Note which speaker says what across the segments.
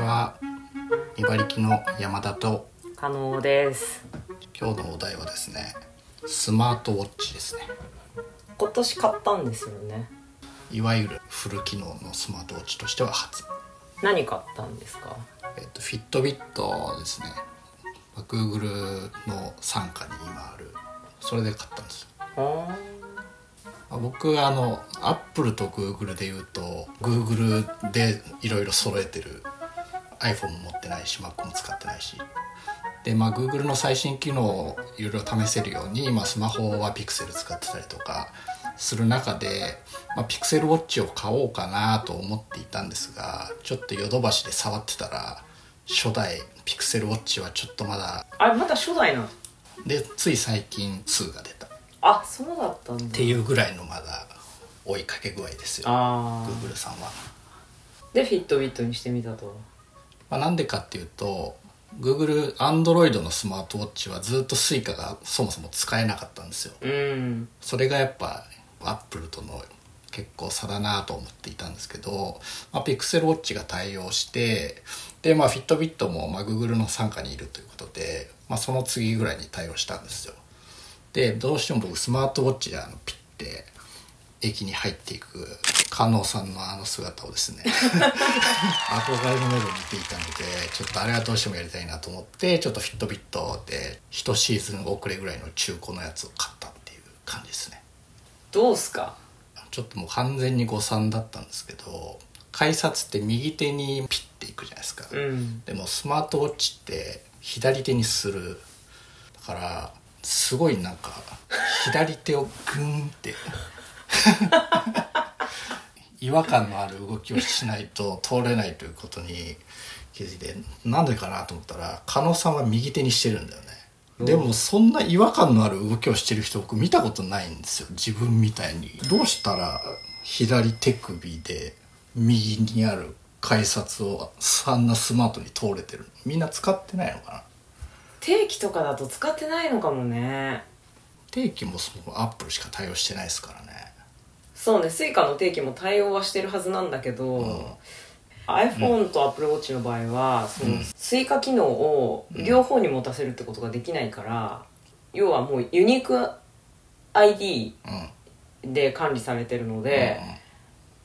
Speaker 1: は茨城の山田と
Speaker 2: 可能です
Speaker 1: 今日のお題はですねスマートウォッチですね
Speaker 2: 今年買ったんですよね
Speaker 1: いわゆるフル機能のスマートウォッチとしては初
Speaker 2: 何買ったんですか
Speaker 1: えっとフィットビットですねまあ Google の傘下に今あるそれで買ったんですよ
Speaker 2: あ
Speaker 1: まあ僕あのアップルと Google で言うと Google でいろいろ揃えてる iPhone も持ってないし Mac も使ってないしでまあ Google の最新機能をいろいろ試せるように今スマホは Pixel 使ってたりとかする中で、まあ、Pixel Watch を買おうかなと思っていたんですがちょっとヨドバシで触ってたら初代 Pixel Watch はちょっとまだ
Speaker 2: あれまだ初代なの
Speaker 1: でつい最近2が出たっ
Speaker 2: あそうだったんだ
Speaker 1: ていうぐらいのまだ追いかけ具合ですよ
Speaker 2: ああ
Speaker 1: Google さんは、
Speaker 2: でフィットビットにしてみたと
Speaker 1: まあ、なんでかっていうと Google Android のスマートウォッチはずっと Suica がそもそも使えなかったんですよ
Speaker 2: うん
Speaker 1: それがやっぱ Apple との結構差だなと思っていたんですけど、まあ、Pixel Watch が対応してでまあ Fitbit もまあ Google の傘下にいるということで、まあ、その次ぐらいに対応したんですよでどうしても僕スマートウォッチであのピッて駅に入っていく観音さんのあの姿をですね憧れの目で見ていたのでちょっとあれはどうしてもやりたいなと思ってちょっとフィットビットで1シーズン遅れぐらいの中古のやつを買ったっていう感じですね
Speaker 2: どうすか
Speaker 1: ちょっともう完全に誤算だったんですけど改札って右手にピッていくじゃないですか、
Speaker 2: うん
Speaker 1: でもスマートウォッチって左手にするだからすごいなんか左手をグーンって違和感のある動きをしないと通れないということに気づいてなんでかなと思ったら加納さんは右手にしてるんだよねでもそんな違和感のある動きをしてる人僕見たことないんですよ自分みたいにどうしたら左手首で右にある改札をあんなスマートに通れてるのみんな使ってないのかな
Speaker 2: 定期とかだと使ってないのかもね
Speaker 1: 定期もそのアップルしか対応してないですからね
Speaker 2: そうね Suica の定期も対応はしてるはずなんだけど、iPhone と AppleWatch の場合は、その Suica 機能を両方に持たせるってことができないから、要はもうユニーク ID
Speaker 1: うんうん
Speaker 2: で管理されてるので、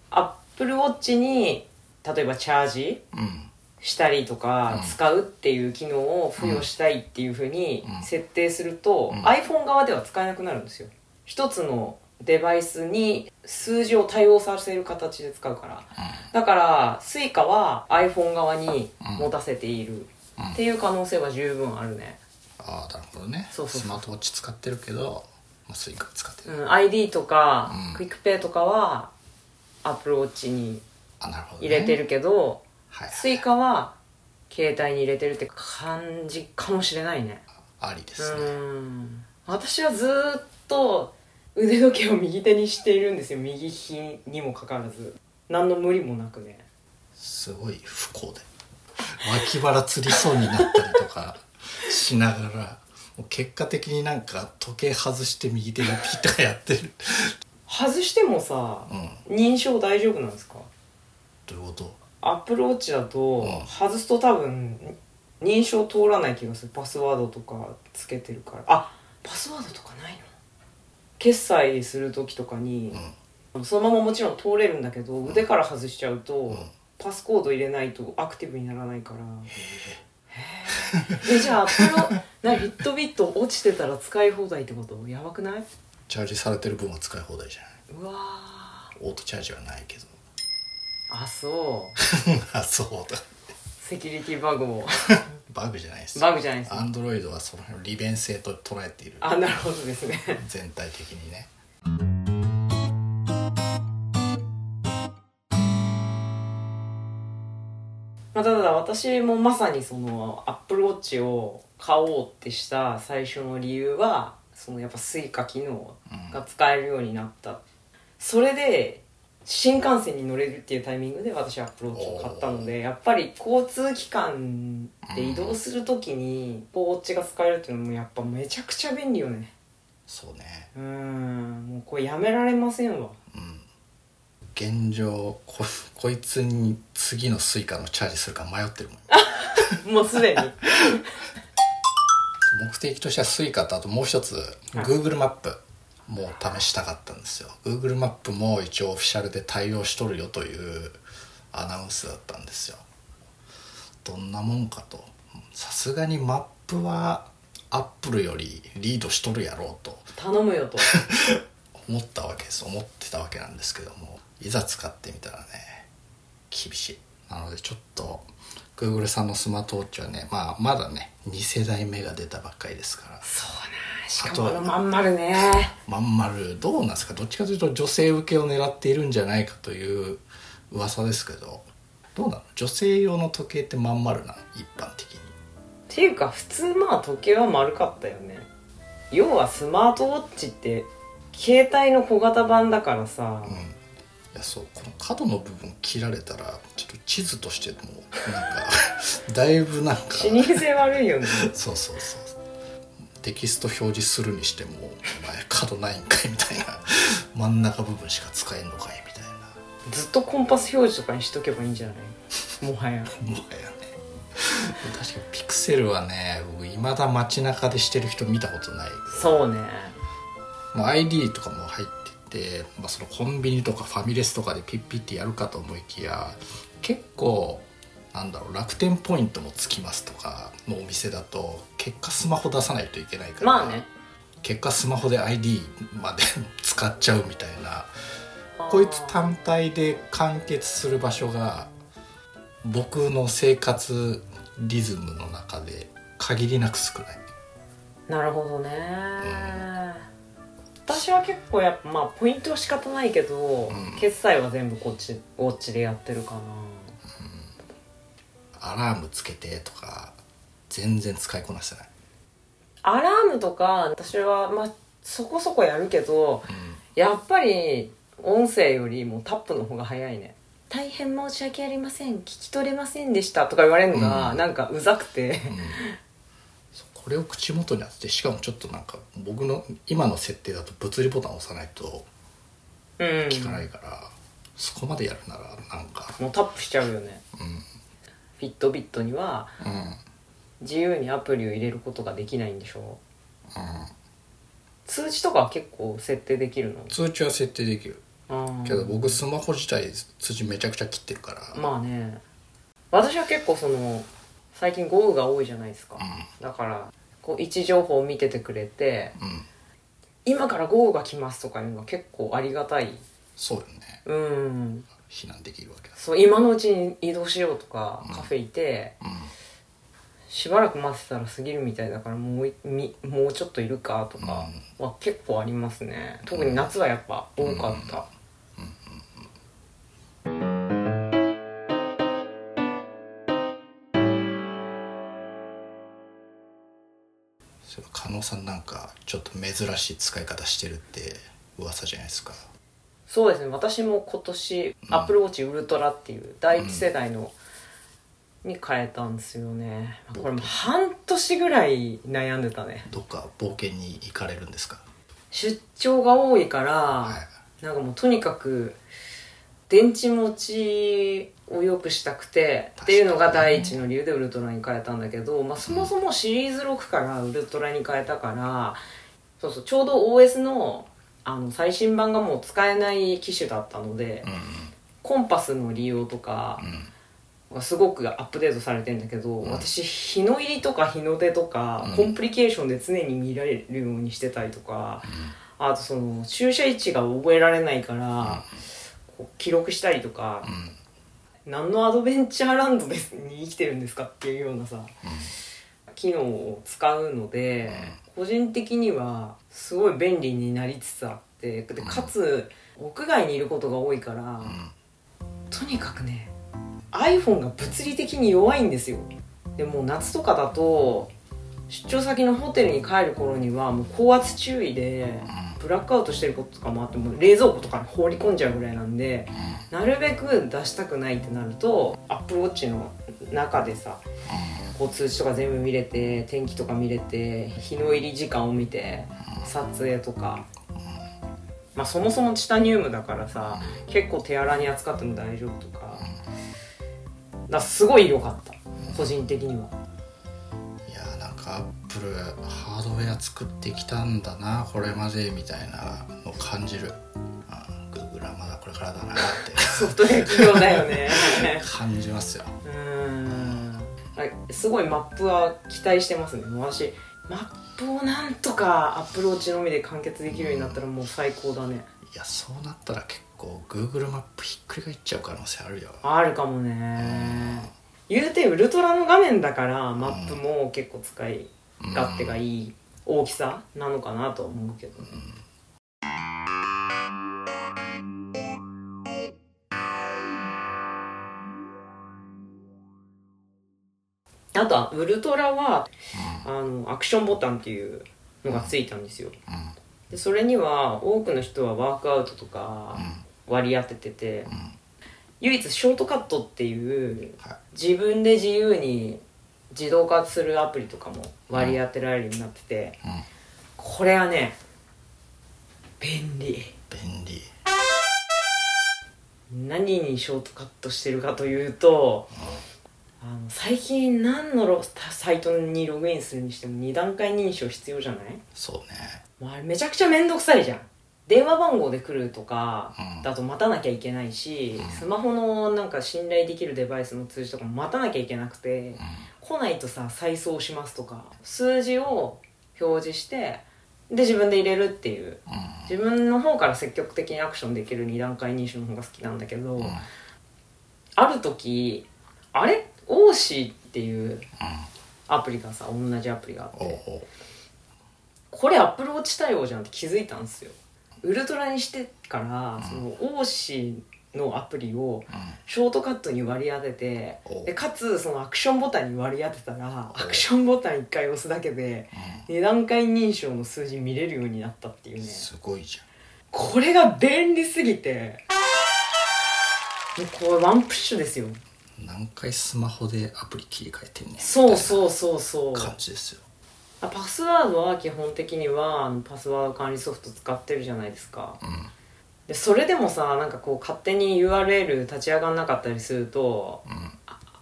Speaker 2: AppleWatch に例えばチャージ
Speaker 1: うん
Speaker 2: したりと
Speaker 1: う
Speaker 2: か、
Speaker 1: ん
Speaker 2: 使うっていう機能を付与したいっていうふうに
Speaker 1: うん
Speaker 2: 設定すると、
Speaker 1: うん
Speaker 2: iPhone 側では使えなくなるんですよ一つのデバイスに数字を対応させる形で使うからだから Suica は iPhone 側に持たせている
Speaker 1: うん
Speaker 2: っていう可能性は十分あるね、
Speaker 1: ああなるほどね
Speaker 2: そうそうそう
Speaker 1: スマートウォッチ使ってるけど、まあ、スイカ使って
Speaker 2: う
Speaker 1: る、
Speaker 2: ん、ID とか、
Speaker 1: うん
Speaker 2: クイックペイとかは AppleWatch に
Speaker 1: あなるほど、ね、
Speaker 2: 入れてるけど、
Speaker 1: はい、はい、
Speaker 2: スイカは携帯に入れてるって感じかもしれないね
Speaker 1: ありで
Speaker 2: う
Speaker 1: すね、
Speaker 2: ーん私はずーっと腕時計を右手にしているんですよ右ひにもかかわらず何の無理もなくね
Speaker 1: すごい不幸で脇腹つりそうになったりとか しながらもう結果的になんか時計外して右手にピッとかや ってる
Speaker 2: 外してもさ
Speaker 1: うん
Speaker 2: 認証大丈夫なんですか
Speaker 1: どういうこと
Speaker 2: アップルウォッチだと
Speaker 1: うん
Speaker 2: 外すと多分認証通らない気がするパスワードとかつけてるからあパスワードとかないの決済する時とかに、
Speaker 1: うん
Speaker 2: そのままもちろん通れるんだけど腕から外しちゃうと、
Speaker 1: ん
Speaker 2: パスコード入れないとアクティブにならないからえじゃあアップロ なフィットビット落ちてたら使い放題ってことやばくないう
Speaker 1: チャージされてる分は使い放題じゃない
Speaker 2: わー
Speaker 1: オートチャージはないけど
Speaker 2: あそう
Speaker 1: あそうだ
Speaker 2: セキュリティバグも
Speaker 1: バグじゃないです
Speaker 2: バグじゃないです
Speaker 1: アンドロイドはその辺の利便性と捉えている
Speaker 2: あなるほどですね
Speaker 1: 全体的にね
Speaker 2: まあただ私もまさにそのアップルウォッチを買おうってした最初の理由はそのやっぱスイカ機能
Speaker 1: うん
Speaker 2: が使えるようになったそれで新幹線に乗れるっていうタイミングで私アップローチを買ったのでやっぱり交通機関で移動する時にポーチが使えるっていうのもやっぱめちゃくちゃ便利よね
Speaker 1: そうね
Speaker 2: うーんもうこれやめられませんわ
Speaker 1: うん現状ここいつに次のスイカのチャージするか迷ってるもん
Speaker 2: もうすでに
Speaker 1: 目的としてはスイカとあともう一つ
Speaker 2: はい
Speaker 1: Google マップもう試したかったんですよ Google マップも一応オフィシャルで対応しとるよというアナウンスだったんですよどんなもんかとさすがにマップはアップルよりリードしとるやろうと
Speaker 2: 頼むよと
Speaker 1: 思ったわけです思ってたわけなんですけどもいざ使ってみたらね厳しいなのでちょっと Google さんのスマートウォッチはね、まあ、まだね2世代目が出たばっかりですから
Speaker 2: し
Speaker 1: あ
Speaker 2: か
Speaker 1: と
Speaker 2: も
Speaker 1: は
Speaker 2: あのまん丸ね
Speaker 1: まん丸どうなんですかどっちかというと女性受けを狙っているんじゃないかという噂ですけどどうなの女性用の時計ってまん丸なの一般的に
Speaker 2: っていうか普通まあ時計は丸かったよね要はスマートウォッチって携帯の小型版だからさ、
Speaker 1: うんいやそうこの角の部分切られたらちょっと地図としてもうなんか だいぶなんか
Speaker 2: 視認性悪いよね
Speaker 1: そうそうそうテキスト表示するにしてもお前角ないんかいみたいな真ん中部分しか使えんのかいみたいな
Speaker 2: ずっとコンパス表示とかにしとけばいいんじゃないもはや
Speaker 1: もはやね確かにピクセルはね僕いまだ街中でしてる人見たことない
Speaker 2: そうね
Speaker 1: もう ID とかも入ってて、まあ、そのコンビニとかファミレスとかでピッピッてやるかと思いきや結構なんだろう楽天ポイントもつきますとかのお店だと結果スマホ出さないといけないから、
Speaker 2: まあね
Speaker 1: 結果スマホで ID まで 使っちゃうみたいなこいつ単体で完結する場所が僕の生活リズムの中で限りなく少ない
Speaker 2: なるほどね、私は結構やっぱまあポイントは仕方ないけど、
Speaker 1: ん
Speaker 2: 決済は全部こっちウォッチでやってるかな
Speaker 1: アラームつけてとか全然使いこなせない、
Speaker 2: アラームとか私はまあそこそこやるけど
Speaker 1: うん
Speaker 2: やっぱり音声よりもタップの方が早いね大変申し訳ありません聞き取れませんでしたとか言われるのが、
Speaker 1: うん
Speaker 2: なんかうざくて
Speaker 1: そうこれを口元に当ててしかもちょっとなんか僕の今の設定だと物理ボタンを押さないと
Speaker 2: うん
Speaker 1: 効かないから、そこまでやるならなんか
Speaker 2: もうタップしちゃうよね
Speaker 1: う
Speaker 2: フィットビットには
Speaker 1: んうんうん
Speaker 2: 自由にアプリを入れることができないんでしょ通知とかは結構設定できるの
Speaker 1: 通知は設定できる
Speaker 2: あー
Speaker 1: けど僕スマホ自体通知めちゃくちゃ切ってるから、
Speaker 2: まあね私は結構その最近豪雨が多いじゃないですか、だからこう位置情報を見ててくれて
Speaker 1: うんうん
Speaker 2: 「今から豪雨が来ます」とかいうのが結構ありがたい
Speaker 1: そうよね
Speaker 2: うん
Speaker 1: 避難できるわけだ
Speaker 2: そう今のうちに移動しようとかカフェいて
Speaker 1: うん
Speaker 2: しばらく待ってたら過ぎるみたいだからもういみもうちょっといるかとかは結構ありますね特に夏はやっぱ多かった
Speaker 1: それ加納さんなんかちょっと珍しい使い方してるって噂じゃないですか
Speaker 2: そうですね私も今年 AppleWatch ウルトラっていう第一世代のに変えたんですよねこれもう半年ぐらい悩んでたね
Speaker 1: どっか冒険に行かれるんですか
Speaker 2: 出張が多いから、
Speaker 1: はい
Speaker 2: なんかもうとにかく電池持ちを良くしたくてっていうのが第一の理由でウルトラに変えたんだけど、まあ、そもそもシリーズ6からウルトラに変えたからそうそうちょうど OS のあの最新版がもう使えない機種だったので、
Speaker 1: うん
Speaker 2: コンパスの利用とか
Speaker 1: うん
Speaker 2: がすごくアップデートされてんだけど、
Speaker 1: ん
Speaker 2: 私日の入りとか日の出とか、
Speaker 1: うん
Speaker 2: コンプリケーションで常に見られるようにしてたりとか、あとその駐車位置が覚えられないから、こう記録したりとか
Speaker 1: う、ん
Speaker 2: 何のアドベンチャーランドですに生きてるんですかっていうようなさ、機能を使うので、個人的にはすごい便利になりつつあってでかつ屋外にいることが多いから、
Speaker 1: ん
Speaker 2: とにかくね iPhone が物理的に弱いんですよでもう夏とかだと出張先のホテルに帰る頃にはもう高圧注意でブラックアウトしてることとかもあってもう冷蔵庫とかに放り込んじゃうぐらいなんでなるべく出したくないってなると AppleWatch の中でさこう通知とか全部見れて天気とか見れて日の入り時間を見て撮影とかまあ、そもそもチタニウムだからさ結構手荒に扱っても大丈夫とかだからすごい良かった個人的にはい
Speaker 1: やーなんかアップルハードウェア作ってきたんだなこれまでみたいなのを感じる、うん、グーグルはまだこれからだ なって
Speaker 2: ソフトウェア企業だよね
Speaker 1: 感じますよ
Speaker 2: うーんすごいマップは期待してますねもう私マップをなんとかアップローチのみで完結できるようになったらもう最高だね
Speaker 1: いやそうなったら結構 Google マップひっくり返っちゃう可能性あるよ
Speaker 2: あるかもね言うてウルトラの画面だからマップも結構使い勝手がいい大きさなのかなとは思うけどねあとはウルトラはあのアクションボタンっていうのがついたんですよ
Speaker 1: うんうん
Speaker 2: でそれには多くの人はワークアウトとか割り当ててて
Speaker 1: うん
Speaker 2: 唯一ショートカットっていう
Speaker 1: はい
Speaker 2: 自分で自由に自動化するアプリとかも割り当てられるようになってて
Speaker 1: う
Speaker 2: これはね便
Speaker 1: ん
Speaker 2: 利
Speaker 1: 便利
Speaker 2: 何にショートカットしてるかというとあの最近何のロサイトにログインするにしても2段階認証必要じゃない
Speaker 1: そうね
Speaker 2: もうあれめちゃくちゃ面倒くさいじゃん電話番号で来るとか
Speaker 1: うん
Speaker 2: だと待たなきゃいけないし、スマホのなんか信頼できるデバイスの通知とかも待たなきゃいけなくて、来ないとさ再送しますとか数字を表示してで自分で入れるってい
Speaker 1: う
Speaker 2: う
Speaker 1: んうん
Speaker 2: 自分の方から積極的にアクションできる2段階認証の方が好きなんだけど、
Speaker 1: うんうん
Speaker 2: ある時あれオーシーっていうアプリがさ同じアプリがあっ
Speaker 1: おう
Speaker 2: て
Speaker 1: おう
Speaker 2: これアップローチ対応じゃんって気づいたんですよウルトラにしてからそのオーシーのアプリを
Speaker 1: うん
Speaker 2: ショートカットに割り当てて
Speaker 1: お
Speaker 2: でかつそのアクションボタンに割り当てたらアクションボタン1回押すだけで
Speaker 1: う
Speaker 2: 2段階認証の数字見れるようになったっていうんね
Speaker 1: すごいじゃん
Speaker 2: これが便利すぎ てもうこれワンプッシュですよ
Speaker 1: 何回スマホでアプリ切り替えてんねん
Speaker 2: そう
Speaker 1: う
Speaker 2: そうそうそう
Speaker 1: 感じですよ
Speaker 2: あパスワードは基本的にはあのパスワード管理ソフト使ってるじゃないですか
Speaker 1: うん
Speaker 2: でそれでもさなんかこう勝手に URL 立ち上がんなかったりすると
Speaker 1: うん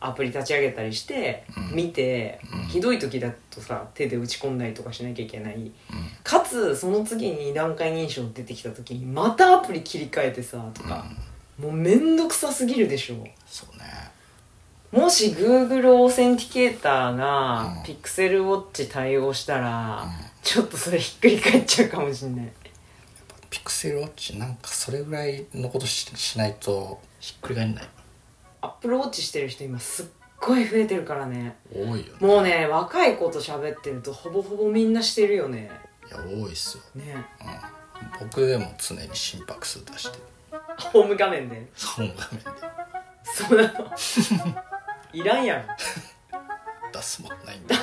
Speaker 2: アプリ立ち上げたりして、
Speaker 1: うん
Speaker 2: 見て、
Speaker 1: うん
Speaker 2: ひどい時だとさ手で打ち込んだりとかしなきゃいけない
Speaker 1: うん
Speaker 2: かつその次に2段階認証出てきた時にまたアプリ切り替えてさとか、もうめんどくさすぎるでしょ
Speaker 1: そうね
Speaker 2: もし Google オーセンティケーター
Speaker 1: う
Speaker 2: が
Speaker 1: ん
Speaker 2: Pixel Watch 対応したら、ちょっとそれひっくり返っちゃうかもしんない
Speaker 1: ピクセルウォッチなんかそれぐらいのことししないとひっくり返んない
Speaker 2: アップルウォッチしてる人今すっごい増えてるからね
Speaker 1: 多いよね
Speaker 2: もうね若い子と喋ってるとほぼほぼみんなしてるよね
Speaker 1: いや多いっすよ、
Speaker 2: ね
Speaker 1: うん、僕でも常に心拍数出してる
Speaker 2: ホーム画面で
Speaker 1: 本画面で
Speaker 2: そうなの いらんやろ
Speaker 1: 出すもんないんで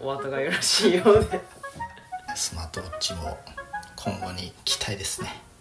Speaker 2: お後がよろしいようで
Speaker 1: スマートウォッチも今後に期待ですね